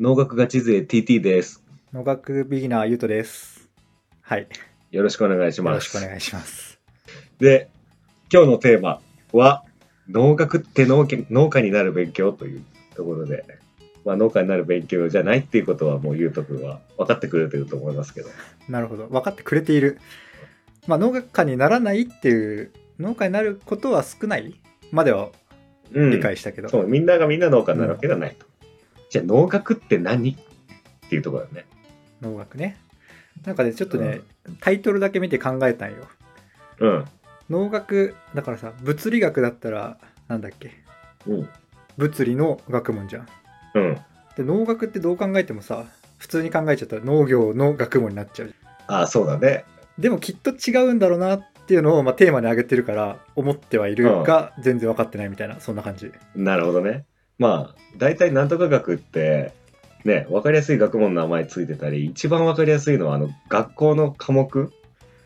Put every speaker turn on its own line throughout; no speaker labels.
農学ガチ勢 TT です。
農学ビギナーゆうとです。はい。
よろしくお願いし
よ
ま
ろしくお
す。
願いします。
で、今日のテーマは、農学って農家農家になる勉強というところで、まあ、農家になる勉強じゃないっていうことは、もうゆうとくんは分かってくれてると思いますけど、
なるほど。分かってくれている。まあ、農家にならないっていう、農家になることは少ないまでは
うん、
理解したけど。
そう、みんながみんな農家になるわけではないと。じゃあ、農学って何っていうところだね。
農学ね。なんかね、ちょっとね、タイトルだけ見て考えたんよ。
うん。
農学、だからさ、物理学だったら、なんだっけ。
うん。
物理の学問じゃん。
うん。
で、農学ってどう考えてもさ、普通に考えちゃったら農業の学問になっちゃう。
ああ、そうだね。
でもきっと違うんだろうなっていうのを、まあ、テーマに挙げてるから思ってはいるが、全然分かってないみたいなそんな感じ
なるほどね。まあ、大体なんとか学って、ね、分かりやすい学問の名前ついてたり、一番分かりやすいのは、あの、学校の科目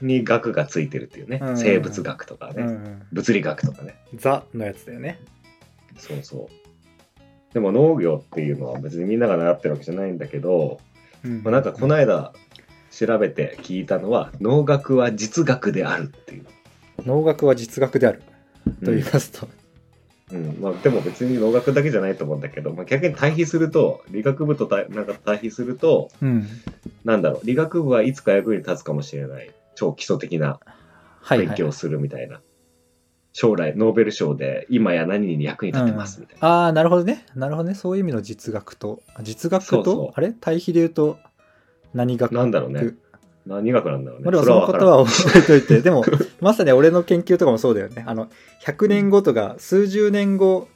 に学がついてるっていうね
う。ん
生物学とか
う
ね、
んうん
物理学とかね。
ザのやつだよね
そうそう。でも農業っていうのは別にみんなが習ってるわけじゃないんだけど、
うん
まあ、なんかこの間調べて聞いたのは、農学は実学であるっていう。
農学は実学であると言いますと、
うんまあ、でも別に農学だけじゃないと思うんだけど、まあ、逆に対比すると理学部と対なんか対比すると
うん
なんだろう理学部はいつか役に立つかもしれない超基礎的な
はい
勉
はい
強をするみたいな、将来ノーベル賞で今や何に役に立てますみたいな、
ああなるほどねなるほどねそういう意味の実学とあ実学と
そうそう
あれ対比で言うと何学
なんだろうね何学なんだろうね
ま
れ
あ、でもそのこ
分か
と
らん
は覚えといて、でも、まさに俺の研究とかもそうだよね。あの、100年後とか、数十年後、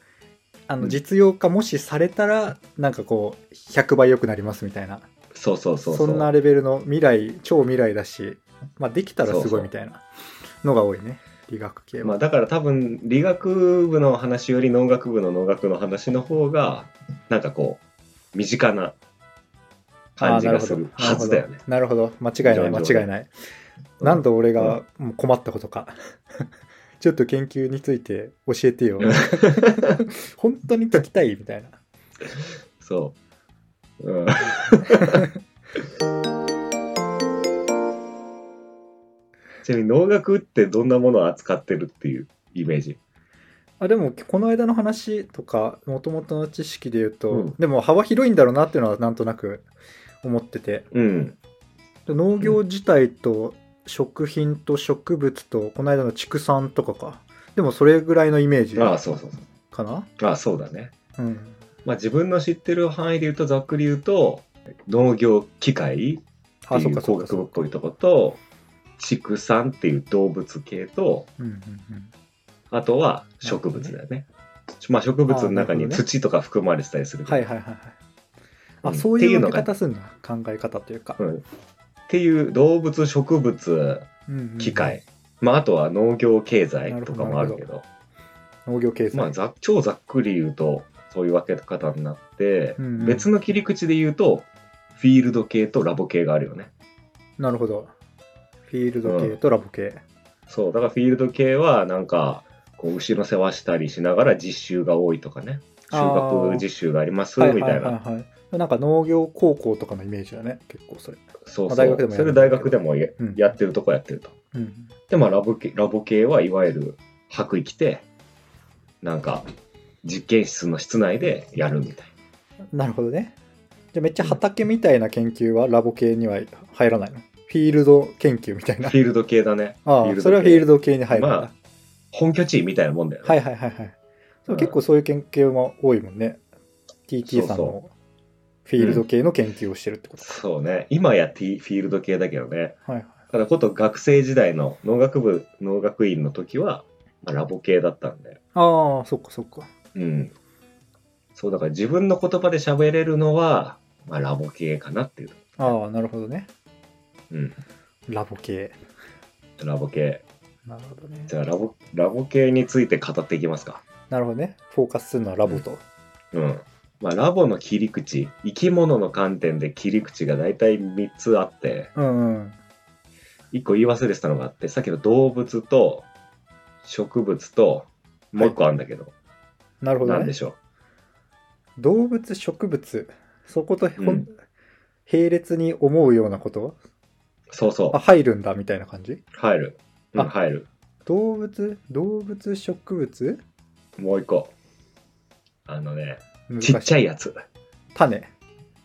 あ
う
の、
ん
実用化もしされたら、なんかこう、100倍良くなりますみたいな。
そうそうそう
そんなレベルの未来、超未来だし、まあ、できたらす
そう
ご
そ
いうみたいなのが多いね。理学系は。
まあ、だから多分理学部の話より農学部の農学の話の方がなんかこう身近な感じがする
あーな
は
るほ
ず
ど
だよね。
なるほど。間違いない、間違いない。何度俺がもう困ったことか。 ちょっと研究について教 えてよ
うん。
本当に聞きたいみたいな。
そう。 うん、ちなみに農学ってどんなものを扱ってるっていうイメージ。
あでもこの間の話とかもともとの知識で言うと、
うん
でも幅広いんだろうなっていうのはなんとなく思ってて
うん。
で農業自体と食品と植物とこの間の畜産とかかでもそれぐらいのイメージ
ああ、
か
そうそうそ
な
う。ああ、そうだね。
うん
まあ自分の知ってる範囲で言うと、ざっくり言うと、農業機械って
あそ
い
っか
う
そ
工
っか
学
そ
部っ
っか
ぽいとこと、畜産っていう動物系と、
うんうん
あとは植物だよね。まあ植物の中
ああなるほど
に
ね
土とか含まれてたりする
う
け
ん
ど
はいはいはいはいあ、
うん
そう
って
い
いううの
分
が
け方すんだ考え方というか、
うんっていう動物、植物、
うんうんうん
機械、まあ、あとは農業経済とかもあるけど、
農業経済、
まあ、ざ超ざっくり言うとそういう分け方になって、
うんうん
別の切り口で言うとフィールド系とラボ系があるよね
なるほどフィールド系とラボ系、
そうだからフィールド系はなんかこう牛の世話したりしながら実習が多いとかね収
あ
穫
ー
実習があります
はい
み
は
た
い
い
はい
な
はい。なんか農業高校とかのイメージだね、結構それ。
そう
まあ
そ
大学で
う
もや
それ
るんだけ
大
ど
学でもや
うん
やってるとこやってると
うん。
でまあラボ系ラボ系はいわゆる白衣着てなんか実験室の室内でやるみたいな
なるほどね。じゃあめっちゃ畑みたいな研究はラボ系には入らないのフィールド研究みたいな
フ。ィールド系だね。
あ
フィ
あ、
ルド系
それはフィールド系に入るんだ。
まあ本拠地みたいなもんだよね。
はいはいはいはい。そう結構そういう研究も多いもんね。TT さん
そう
もフィールド系の研究をしてるってこと。
そうね。今や T フィールド系だけどね。
はいはい。
ただ、こと学生時代の農学部、農学院の時は、まあ、ラボ系だったんで。
ああ、そっかそっか。
うん。そう、だから自分の言葉で喋れるのは、まあ、ラボ系かなっていう。
ああ、なるほどね。
うん。
ラボ系。
ラボ系。
なるほどね。
じゃあ、ラボ、ラボ系について語っていきますか。
なるほどね。フォーカスするのはラボと。
うん。まあ、ラボの切り口、生き物の観点で切り口が大体3つあって、
うんうん。
一個言い忘れてたのがあって、さっきの動物と植物と、もう一個あるんだけど、
なるほど
なんで
ね。
しょ
動物、植物。そことほん、
うん
並列に思うようなこと
そうそ
あ、入るんだみたいな感じ
う。入る。うん
あ
入る。
動物動物植物
もう一個。あのね、
難し
ちっちゃ
い。
いやつ。
種。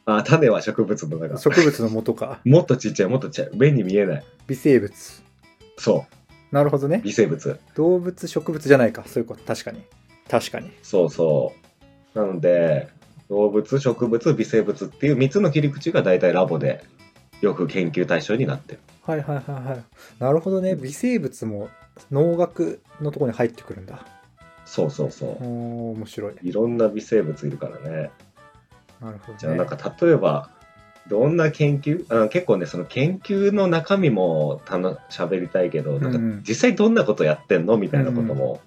あ、種は植物の中。
植物の元 か。
もっとちっちゃい、もっとちっちゃい。目に見えない。
微生物。
そ
なるほどね
う。。微生物。
動物、植物じゃないか。そういうこと。確かに。確かに。
そうそう。なので、動物、植物、微生物っていう3つの切り口が大体ラボでよく研究対象になってる。
はいはいはいはい。なるほどね。微生物も農学のところに入ってくるんだ。
そうそうそう
お。ー面白い。
いろんな微生物いるからね。
なるほど、ね。
じゃあなんか例えば、どんな研究あ結構ね、その研究の中身もたの喋りたいけど、な
うんん
か
うん
実際どんなことやってんのみたいなことも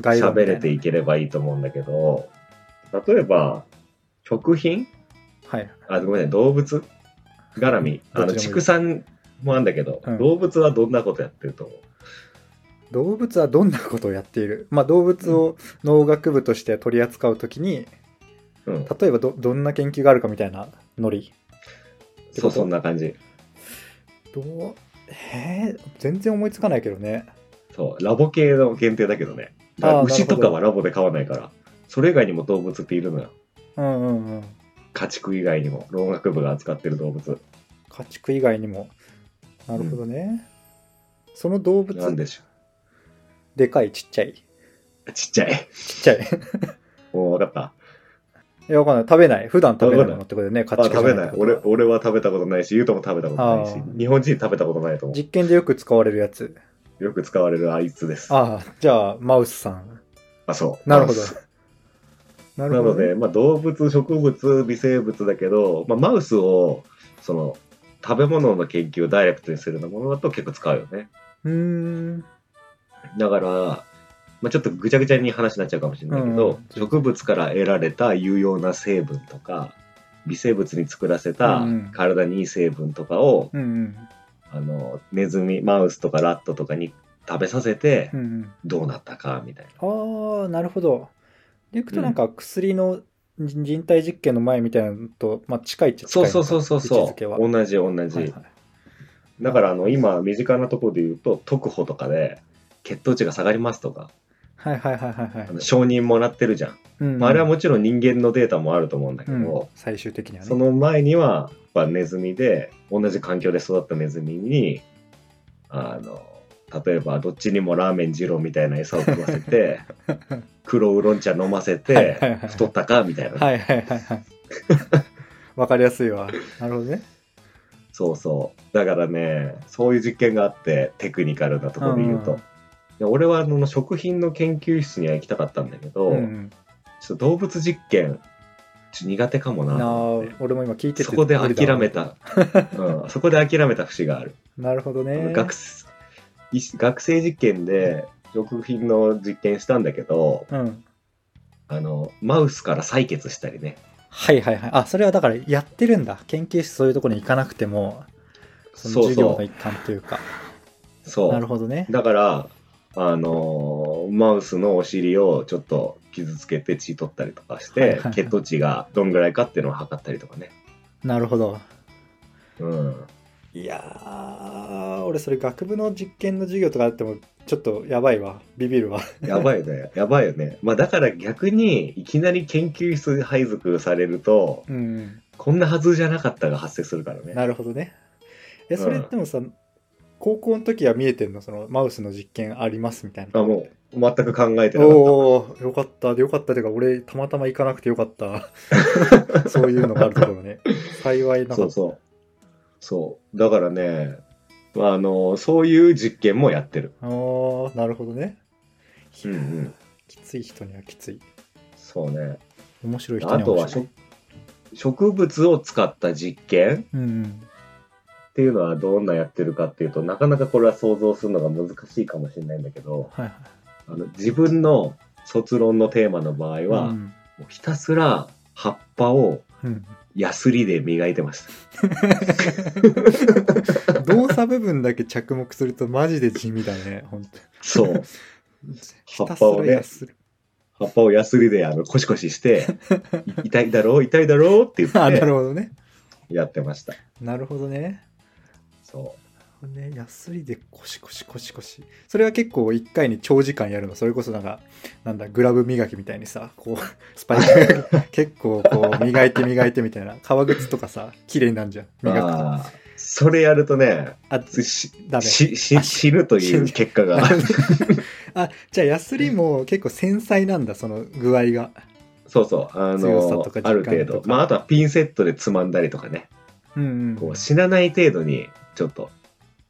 概要みた
喋
いな
れていければいいと思うんだけど、例えば、食品
はい。
あ、ごめんね、動物絡み。あ
ど
の、
っちでも
畜
いい
産もあんだけど、
うん
動物はどんなことやってると思う
動物はどんなことをやっている まあ動物を農学部として取り扱うときに、
うん、
例えばどどんな研究があるかみたいなノリ。て
そ
こ
う
と
そんな感じ
どうえー全然思いつかないけどね。
そうラボ系の限定だけどねだから
あー
牛と
な
か
るほ
はラボで飼わないからそれ以外にも動物っているのよ
うんうんうん。
家畜以外にも農学部が扱ってる動物
家畜以外にも。なるほどね。その動
なん
物、
でしょ
でかい、ちっちゃい。ち
うちっちゃい
っちゃい。
もう分かった
いや、わかんない。食べない。普段食べないものってことでね、家
あ
畜じゃ
食べない
ってこと
俺俺は食べたことないしゆうとも食べたことないし
あー
日本人食べたことないと思
実験でよく使われるやつ。
うよく使われるあいつですあ
ああ、じゃあ、マウスさん。
そう
なるほど
マウス。
な
な
るほ
の
どね、
で、まあ、動物植物微生物だけど、まあ、マウスをその食べ物の研究をダイレクトにするようなものだと結構使うよね
うーん。
だから、まあ、ちょっとぐちゃぐちゃに話になっちゃうかもしれないけど、
うん
植物から得られた有用な成分とか微生物に作らせた
うん
体にいい成分とかを、
うんうん。
あのネズミマウスとかラットとかに食べさせて
うんうん。
どうなったかみたいな、
ああ、なるほど。でいくとなんか薬の人人体実験の前みたいなのと、まあ、近いっちゃ近い
そう
のか
そうそうそう
位
そ
置づ
う
けは。
同じ同じ、
はいはい
だからあの今身近なところで言うと特保とかで血糖値が下がりますとか
はいはいはいはいはい
あの承認もらってるじゃん、
うんうん
まあ、あれはもちろん人間のデータもあると思うんだけ
う
ど、
ん、最終的にはね。
その前にはやっぱネズミで同じ環境で育ったネズミにあの例えばどっちにもラーメン二郎みたいな餌を食わせ て黒ウーロン茶飲ませ
はいはい
て
はい
太ったかみたいな、
はいはいはい はい。わかりやすいわ。なるほどね。
そうそうだからねそういう実験があってテクニカルなところで言うと、
うん
で俺はあの食品の研究室には行きたかったんだけど、
うん、
ちょっと動物実験ちょっと苦手かもな
な
と
あ
思って、
俺も今聞いてて
そこで
無理だ
諦め た、うん、そこで諦めた節がある
なるほどね。
学生い学生実験で食品の実験したんだけど
うん。
あのマウスから採血したりね
はいはいはい。あ、それはだからやってるんだ。研究室そういうところに行かなくても、その
そう
授業
そ
の一環というか。
うそ
なる
う
ほどね。
だからあのーマウスのお尻をちょっと傷つけて血取ったりとかして、
はいはいはい
血糖値がどんぐらいかっていうのを測ったりとかね、
なるほど。
うん、
いやー、俺それ学部の実験の授業とかあっても、ちょっとやばいわ。ビビるわ。
やばい ねやばいよね、まあ、だから逆にいきなり研究室配属されると
うん。
こんなはずじゃなかったが発生するからね
なるほどね。え、それ
うん
でもさ、高校の時は見えてんのそのマウスの実験ありますみたいな。
あもう全く考えてなかった
おおーよかった。でよかったというか、俺、たまたま行かなくてよ かった。そういうのがあるところね。幸いなかった。
そうそう。そう。だからね、あの、そういう実験もやってる。
ああ、なるほどね。
うんうん。
きつい人にはきつい。
そうね。
面白い人
あ
には
と
面
は
白い
植。植物を使った実験
うんうん。
っていうのはどんなやってるかっていうと、なかなかこれは想像するのが難しいかもしれないんだけど、
はいはい。
あの自分の卒論のテーマの場合は、
うん
もうひたすら葉っぱを
うん、
ヤスリで磨いてました。
動作部分だけ着目 するとマジで地味だね、本当
そう。
に。
葉っぱをね
する。
葉っぱをヤスリであのコシコシして、い 痛いだろう、痛いだろうって言
あなる
っ
ほどね
てやってました。
なるほどね
そ
ねヤスリでコシコシコシコシそれは結構1回に長時間やるのそれこそなんかなんだグラブ磨きみたいにさこうス パイク 磨き結構こう磨いて磨いてみたいな革靴とかさ綺麗になるじゃん
う。
磨くとあ
ああ、それやるとね、し
ダメ
しし
あ
死ぬという結果が。
あじゃあヤスリも結構繊細なんだその具合が
そうそう、あ
強さと
の
か、時間とか
ある程度。まあ、あとはピンセットでつまんだりとかね、
うんう
こ
ん
う死なない程度にちょっと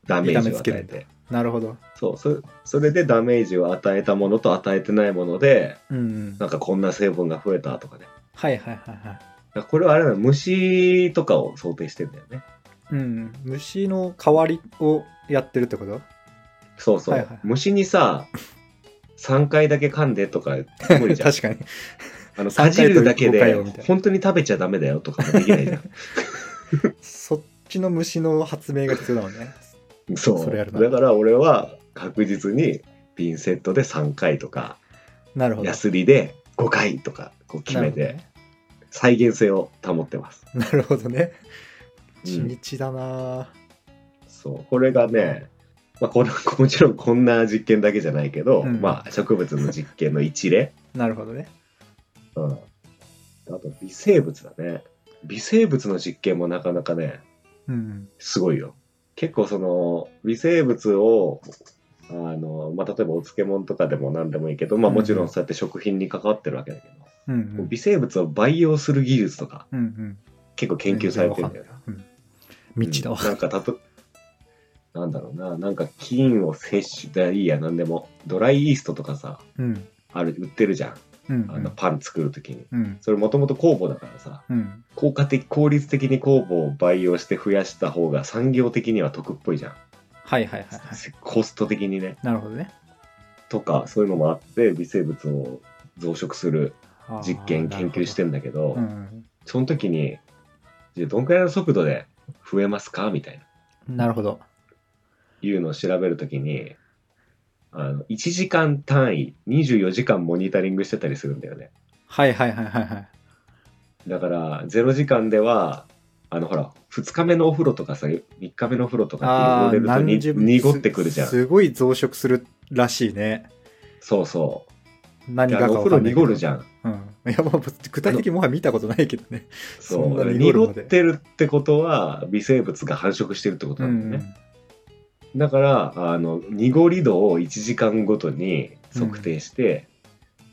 ダメージを与
痛め
え
つける
て。
なるほど
そうそ、それでダメージを与えたものと与えてないもので、
うんうん
なんかこんな成分が増えたとかね。
はいはいはいはい
だからこれはあれだよ、虫とかを想定してんだよね。
うん虫の代わりをやってるってこと
そうそう。
はいはい
虫にさ、3回だけ噛んでとか無理 じゃん。
確かに
あの
3回
か
と
じるだけ
5回
で
をみたいな
本当に食べちゃダメだよとかもできないじゃん。
そっちの虫の発明が必要だもんね
そう
それやるな
だから俺は確実にピンセットで3回とか、
なるほど
ヤスリで5回とかこう決めて、再現性を保ってます。
なるほどね
うん
地道だな、
そうこれがね、まあ、これ もちろんこんな実験だけじゃないけど、
うん
まあ、植物の実験の一例、
なるほどね
うん、あと微生物だね微生物の実験もなかなかね
うん
すごいよ結構その微生物をあの、まあ、例えばお漬物とかでも何でもいいけど、まあ、もちろんそうやって食品に関わってるわけだけど、
うんうん
微生物を培養する技術とか
うんうん
結構研究されてるんだよね
うん道だわ、
うんなんかたと、なんだろうな、なんか菌を摂取でいいや、なんでも、ドライイーストとかさ、
うん
ある売ってるじゃん、
うんうん
あのパン作るときに。
うん
それもともと酵母だからさ、
うん
効果的、効率的に酵母を培養して増やした方が産業的には得っぽいじゃん。
はいはいはいはい
コスト的にね。
なるほどね
とか、そういうのもあって、微生物を増殖する
あー
実験、研究してんだけど、
なるほどうん
その時に、じゃあどんくらいの速度で増えますかみたいな。
うんなるほど
いうのを調べるときにあの1時間単位24時間モニタリングしてたりするんだよね
はいはいはいはいはい
だから0時間ではあのほら2日目のお風呂とかさ3日目のお風呂とか
あ
っ
あ
て汚れ
何
ると
十
に濁ってくるじゃん
すすごい増殖するらしいね
そうそう
何
で
が
あ
か
のお風
わか
呂
んないけど
濁るじゃん
うん、いやもう具体的にもはや見たことないけど ね。
そ
そんな
う
濁る
濁
ま
っ
で
てるってことは微生物が繁殖してるってことなんだよね、だからあの濁り度を1時間ごとに測定して、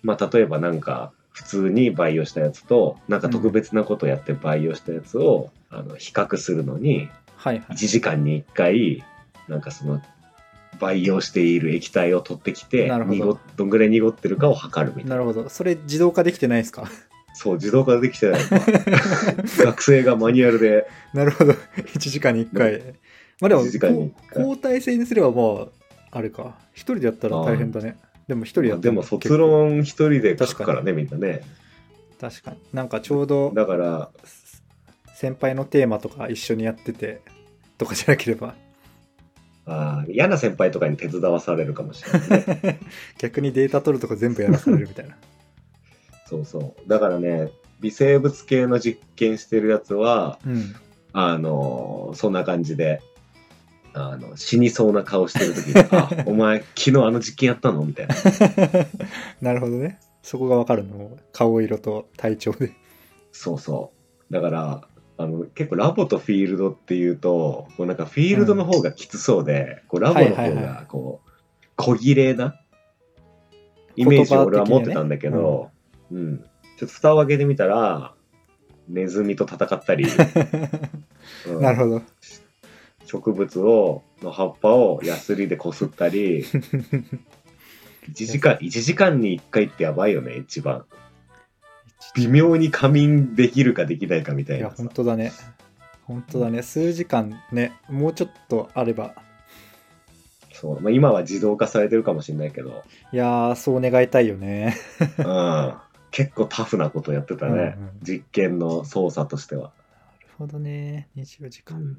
まあ、例えばなんか普通に培養したやつとなんか特別なことやって培養したやつを、あの比較するのに
はいは
1
い。
時間に1回なんかその培養している液体を取ってきて
なるほど
濁っどんぐらい濁ってるかを測るみたいな
なるほど。それ自動化できてないですか
そう自動化できてない学生がマニュアルで
なるほど。1時間に1回。まあでも、
1時間に
こ
一
う
回
交代制にすればまあ、あれか。1人でやったら大変だね。でも1人やって
でも
も結構
卒論一人で書くからねみんなね
確かに。なんかちょうど
だから
先輩のテーマとか一緒にやっててとかじゃなければ
あー嫌な先輩とかに手伝わされるかもしれない、ね、
逆にデータ取るとか全部やらされるみたいな。
そうそうだからね微生物系の実験してるやつは
うん。
あのーそんな感じであの死にそうな顔してる時 に「あお前昨日あの実験やったの?」みたいな
なるほどね。そこがわかるの。顔色と体調 で。
そうそうだからあの結構ラボとフィールドっていうとこうなんかフィールドの方がきつそうで、こうラボの
はい
方
はいは
がこう小切れなイメージを俺は持ってたんだけ
言葉
ど、うん、ちょっと蓋を開けてみたらネズミと戦った り、うん
なるほど。
植物をの葉っぱをヤスリでこすったり1時 間一時間に1回ってやばいよね一番微妙に仮眠できるかできないかみた
い
い
や
なさ
本当だね本当だね数時間ねもうちょっとあれば
そう、まあ、今は自動化されてるかもしれないけど、
いやーそう願いたいよね
うん、結構タフなことやってたね、
うんうん
実験の操作としては、
なるほどね24時間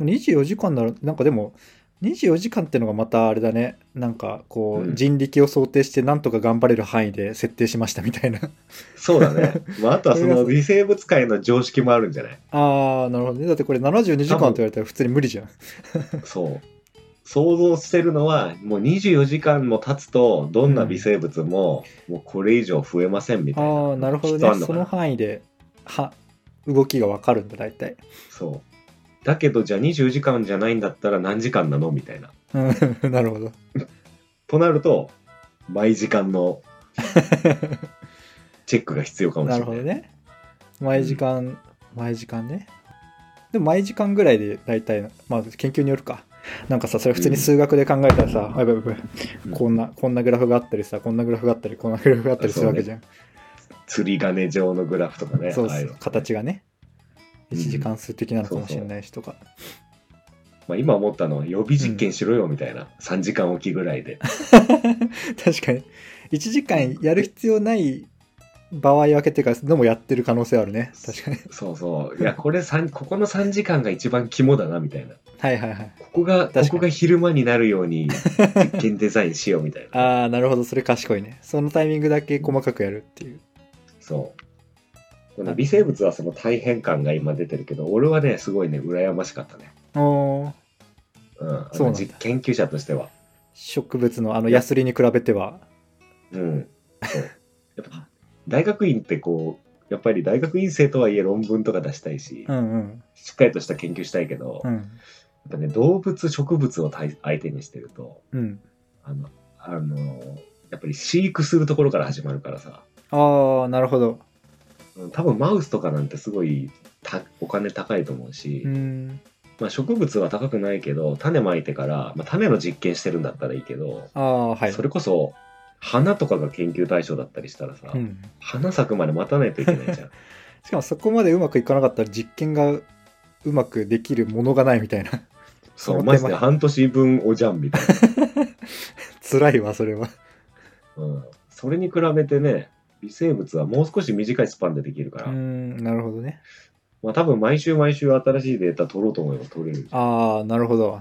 24時間ならなんかでも24時間ってのがまたあれだねなんかこ
う
うん人力を想定してなんとか頑張れる範囲で設定しましたみたいな
そうだ ね。まあ、あとはその微生物界の常識もあるんじゃない
ああなるほどねだってこれ72時間って言われたら普通に無理じゃん
そう。想像してるのは、もう24時間も経つと、どんな微生物も、もうこれ以上増えませんみたいな。
ああなるほど
きっとあ
ね
んの
そ
か
の
な
範囲では動きがわかるんだ大体
そう。だけど、じゃあ24時間じゃないんだったら何時間なのみたいな。
うん なるほど
となると、毎時間 のチェックが必要かもし
な
れ
る
ない。
ほどね毎時間、毎時間ねでも毎時間ぐらいで大体のまあ研究によるかなんかさそれ普通に数学で考えたらさ、あやばいやばいやばい
うん
こんなこんなグラフがあったりさこんなグラフがあったりこんなグラフがあったりするわけじゃん
釣り金状のグラフとかね。
そう
ああい
そう
の
う形がね一次関数的なのかもしれないしとか、
まあ、今思ったのは予備実験しろよみたいな、3時間おきぐらい で
確かに1時間やる必要ない場合分けてからでもやってる可能性あるね確かに
そうそういやこれ三ここの3時間が一番肝だなみたいな
はいはいはい
ここが
確か
こ
に
こが昼間になるように実験デザインしようみ たいな
ああなるほどそれ賢いねそのタイミングだけ細かくやるっていう
そうこの微生物はその大変感が今出てるけど俺はねすごいね羨ましかったね、
おー
うん、あの
そうなんだ
実研究者としては
植物のあのヤスリに比べては
うん そうやっぱ大学院ってこうやっぱり大学院生とはいえ論文とか出したいし、
うんうん
しっかりとした研究したいけど、
うん
やっぱね、動物、植物を対相手にしてると、
うん
あの、あの、やっぱり飼育するところから始まるからさ、
ああなるほど
うん多分マウスとかなんてすごいたお金高いと思うし、
うん
まあ、植物は高くないけど、種まいてから、まあ、種の実験してるんだったらいいけど、
ああはい
それこそ、花とかが研究対象だったりしたらさ、
うん、
花咲くまで待たないといけない じゃん。
しかもそこまでうまくいかなかったら実験がうまくできるものがないみたいな
そ、
そうの手間
マジで半年分おじゃんみたいな。
辛いわそれは
うん、それに比べてね、微生物はもう少し短いスパンでできるから、
うんなるほどね
まあ多分毎週毎週新しいデータ取ろうと思えば取れる。
ああなるほど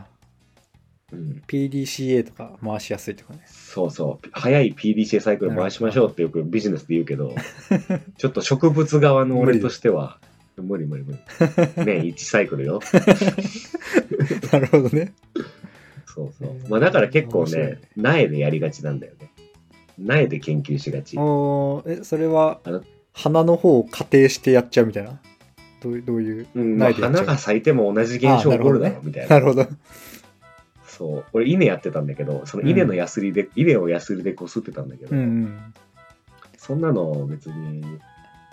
うん、
PDCA とか回しやすいとかね
そうそう。早い PDCA サイクル回しましょうってよくビジネスで言うけど、 ちょっと植物側の俺として は、無理無理無理。年1サイクルよ。
なるほどね
そうそう。まあだから結構
面白い
ね、苗でやりがちなんだよね。苗で研究しがち。
おーえそれは
あの
花の方を仮定してやっちゃうみたいなどういうどういう
うん、まあ
苗でやっちゃう
花が咲いても同じ現象起こるだろうみたいな。
なるほど
そう。俺稲やってたんだけど、その稲のヤスリで、稲をヤスリでこすってたんだけど、
うんうん
そんなの別に、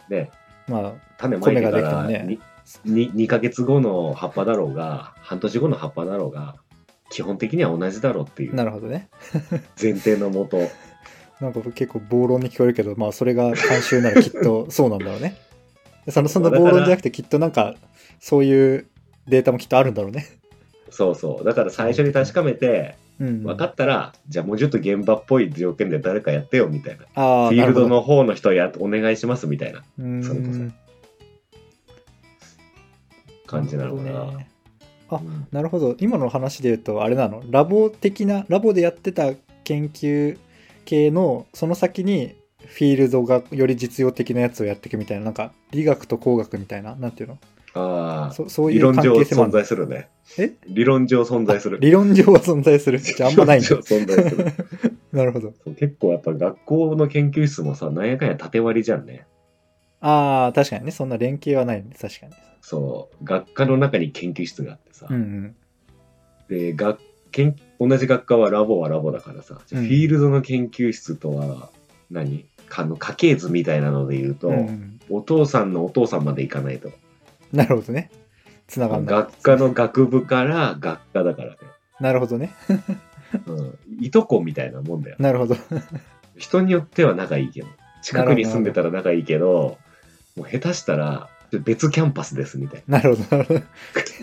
ね、
まあ
種まいてか
米ができた
ら
らね
にに 2, ヶ月後の葉っぱだろうが半年後の葉っぱだろうが基本的には同じだろうっていう
なるほどね
前提のもと
なんか結構暴論に聞こえるけど、まあそれが慣習ならきっとそうなんだろう ね。そのそんな暴論じゃなくてきっとなんかそういうデータもきっとあるんだろうね。
そうそうだから最初に確かめて
うん。
分かったら、じゃあもうちょっと現場っぽい条件で誰かやってよみたいな
ああ、
フィールド
なる
の方の人やお願いしますみたいな
ほどうん
それこ感じなのかな
るほどねあ
うん
なるほど。今の話で言うと、あれなの、ラボ的な、ラボでやってた研究系の、その先に、フィールドがより実用的なやつをやっていくみたいな、なんか、理学と工学みたいな、なんていうの
ああ
そそうい
理
う
論
関
上
係性も
存
あるの
在するね
え
理論上存在する
理論上は存在する。じゃあ、あんま ないん
理
だ
論。上存在する
なるほど。
そう結構やっぱ学校の研究室もさなんやかんや縦割りじゃんね
ああ、確かにね。そんな連携はないね。確かに。
そう学科の中に研究室があってさ、
うんうん。
で学研同じ学科はラボはラボだからさ、じゃあ
うん
フィールドの研究室とは何かの家系図みたいなので言うと、
うんうん
お父さんのお父さんまで行かないと
なるほどね。つながんない。
学科の学部から学科だからね、
なるほどね。
うん、いとこみたいなもんだよ
なるほど。
人によっては仲いいけど近くに住んでたら仲いいけどもう下手したら別キャンパスですみたい
なるほど。なるほど。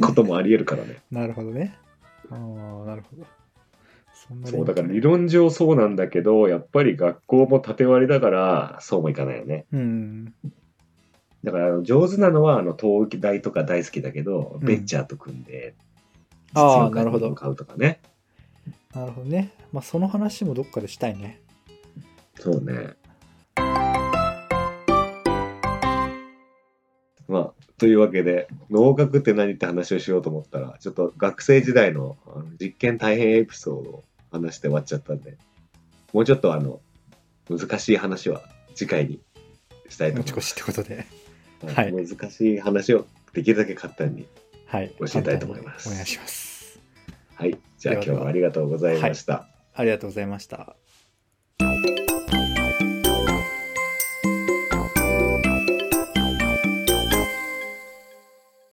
なこともありえるからね
なるほどね。ああ、なるほど。そんな
そうだ
連
から
携
理論上そうなんだけどやっぱり学校も縦割りだからそうもいかないよね
うんうん。
だからあの上手なのはあの東大とか大好きだけど
うん
ベンチャーと組んで
あ
実
あ
用化に向かうとかね
なるほどね。まあ、その話もどっかでしたいね。
そうね。まあ、というわけで、農学って何って話をしようと思ったら、ちょっと学生時代のあの実験大変エピソードを話して終わっちゃったんで、もうちょっとあの、難しい話は次回にしたいと
持
思
ち
い
越
ます。
しってことで。
はい難しい話をできるだけ簡単に。
はい。
教えたいと思います
簡単にお願いします。
はい。じゃあ今日はありがとうございました。
ありがとうございました。